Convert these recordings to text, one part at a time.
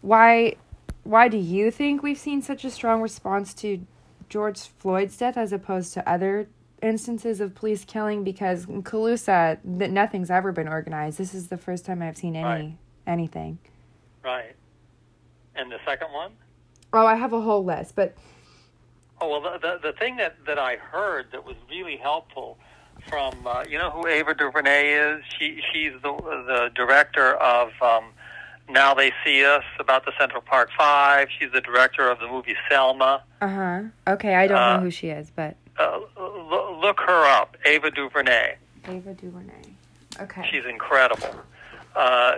why why do you think we've seen such a strong response to George Floyd's death as opposed to other instances of police killing? Because in Calusa, that nothing's ever been organized. This is the first time I've seen any Right. anything. Right. And the second one? Oh, I have a whole list, but Oh well, the the, the thing that that I heard that was really helpful from uh, you know who Ava DuVernay is. She she's the the director of um, Now They See Us about the Central Park Five. She's the director of the movie Selma. uh huh. Okay, I don't Uh, know who she is, but Uh, l- look her up, Ava DuVernay. Ava DuVernay. Okay. She's incredible. Uh,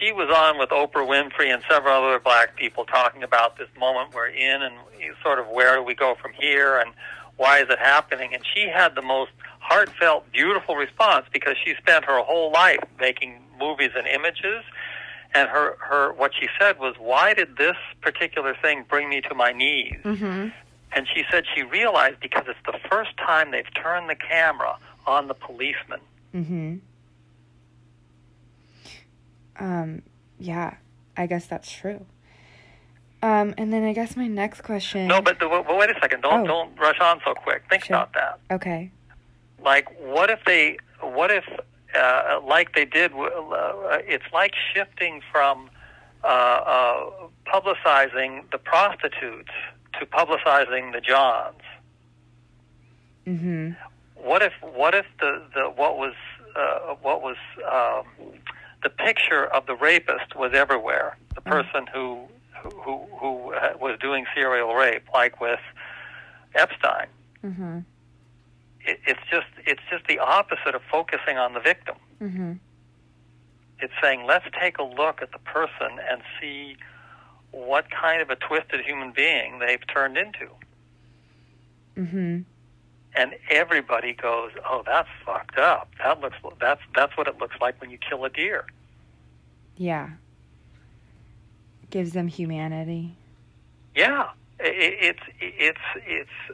she was on with Oprah Winfrey and several other black people talking about this moment we're in and sort of where do we go from here and why is it happening. And she had the most heartfelt, beautiful response because she spent her whole life making movies and images. And her, her what she said was, why did this particular thing bring me to my knees? hmm And she said she realized because it's the first time they've turned the camera on the policeman. Mm-hmm. Um, yeah, I guess that's true. Um, and then I guess my next question. No, but the, but wait a second. Don't Oh. don't rush on so quick. Think Sure. about that. Okay. Like, what if they? What if, uh, like they did? w- Uh, it's like shifting from uh, uh, publicizing the prostitutes to publicizing the Johns. Mm-hmm. What if? What if the, the what was uh, what was um, the picture of the rapist was everywhere? The Mm-hmm. person who who who, who uh, was doing serial rape, like with Epstein. Mm-hmm. it, it's just it's just the opposite of focusing on the victim. Mm-hmm. It's saying let's take a look at the person and see what kind of a twisted human being they've turned into. Mm-hmm. And everybody goes, "Oh, that's fucked up. That looks that's that's what it looks like when you kill a deer." Yeah. Gives them humanity. Yeah, I- i it's it's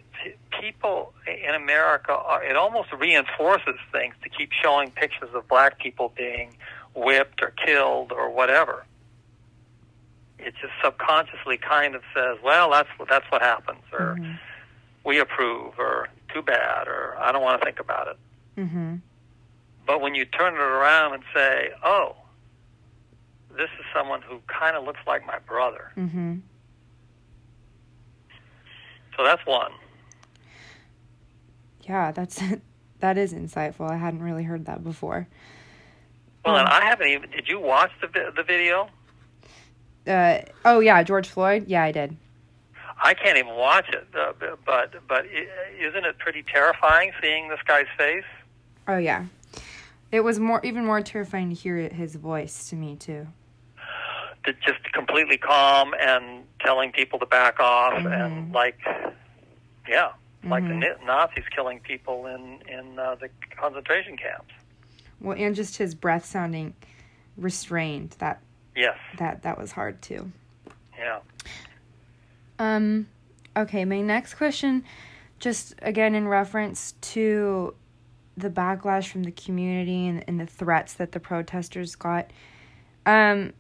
it's people in America. Are, it almost reinforces things to keep showing pictures of black people being whipped or killed or whatever. It just subconsciously kind of says, "Well, that's that's what happens," or Mhm. "We approve," or "Too bad," or "I don't want to think about it." Mm-hmm. But when you turn it around and say, "Oh, this is someone who kind of looks like my brother," Mm-hmm. so that's one. Yeah, that's that is insightful. I hadn't really heard that before. Well, and Um, I haven't even. Did you watch the vi- the video? Uh oh yeah, George Floyd. Yeah, I did. I can't even watch it. Uh, b- but but i- isn't it pretty terrifying seeing this guy's face? Oh yeah. It was more even more terrifying to hear his voice to me too. That Just completely calm and telling people to back off and like, yeah, like the Ni- Nazis killing people in in uh, the concentration camps. Well, and just his breath sounding restrained. That Yes. that that was hard too. Yeah. Um okay, my next question just again in reference to the backlash from the community and, and the threats that the protesters got. Um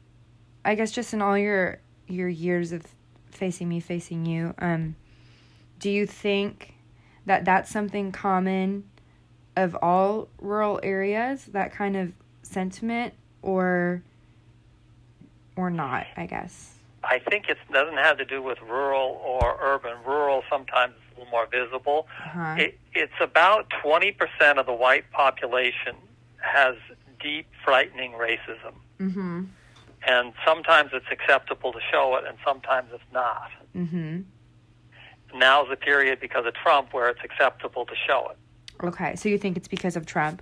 I guess just in all your your years of facing me facing you, um do you think that that's something common of all rural areas that kind of sentiment or or not, I guess. I think it doesn't have to do with rural or urban. Rural sometimes is a little more visible. Uh-huh. It, it's about 20% of the white population has deep, frightening racism. Mhm. And sometimes it's acceptable to show it, and sometimes it's not. Mhm. Now's the period because of Trump where it's acceptable to show it. Okay, so you think it's because of Trump?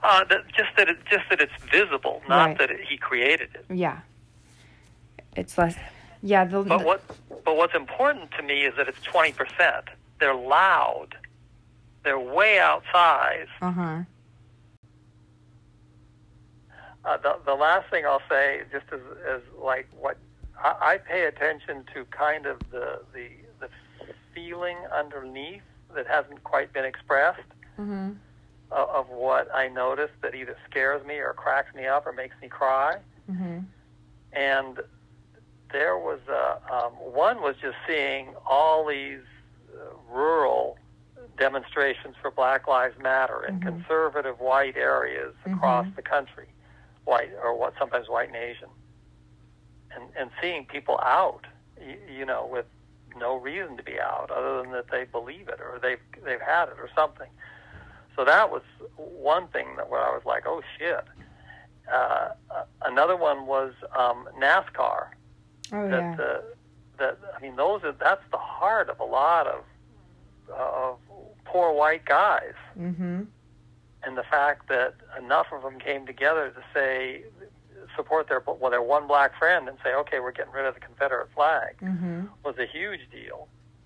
Uh, that, just that, it, just that it's visible, not Right. that it, he created it. Yeah. It's less. Yeah, the, But what, but what's important to me is that it's 20%. They're loud. They're way outsized. Uh huh. Uh, the, the last thing I'll say, just as, as like what I, I pay attention to, kind of the, the the feeling underneath that hasn't quite been expressed Mhm. of, of what I notice mm-hmm. that either scares me or cracks me up or makes me cry. Mhm. And there was a, um, one was just seeing all these uh, rural demonstrations for Black Lives Matter in Mhm. conservative white areas across Mm-hmm. the country, white or what sometimes white and Asian, and and seeing people out, you, you know, with no reason to be out other than that they believe it or they've they've had it or something. So that was one thing that where I was like, oh shit. Uh, uh, another one was um, NASCAR Oh that yeah. the that I mean those are that's the heart of a lot of of poor white guys Mm-hmm. and the fact that enough of them came together to say support their well their one black friend and say okay we're getting rid of the Confederate flag Mm-hmm. was a huge deal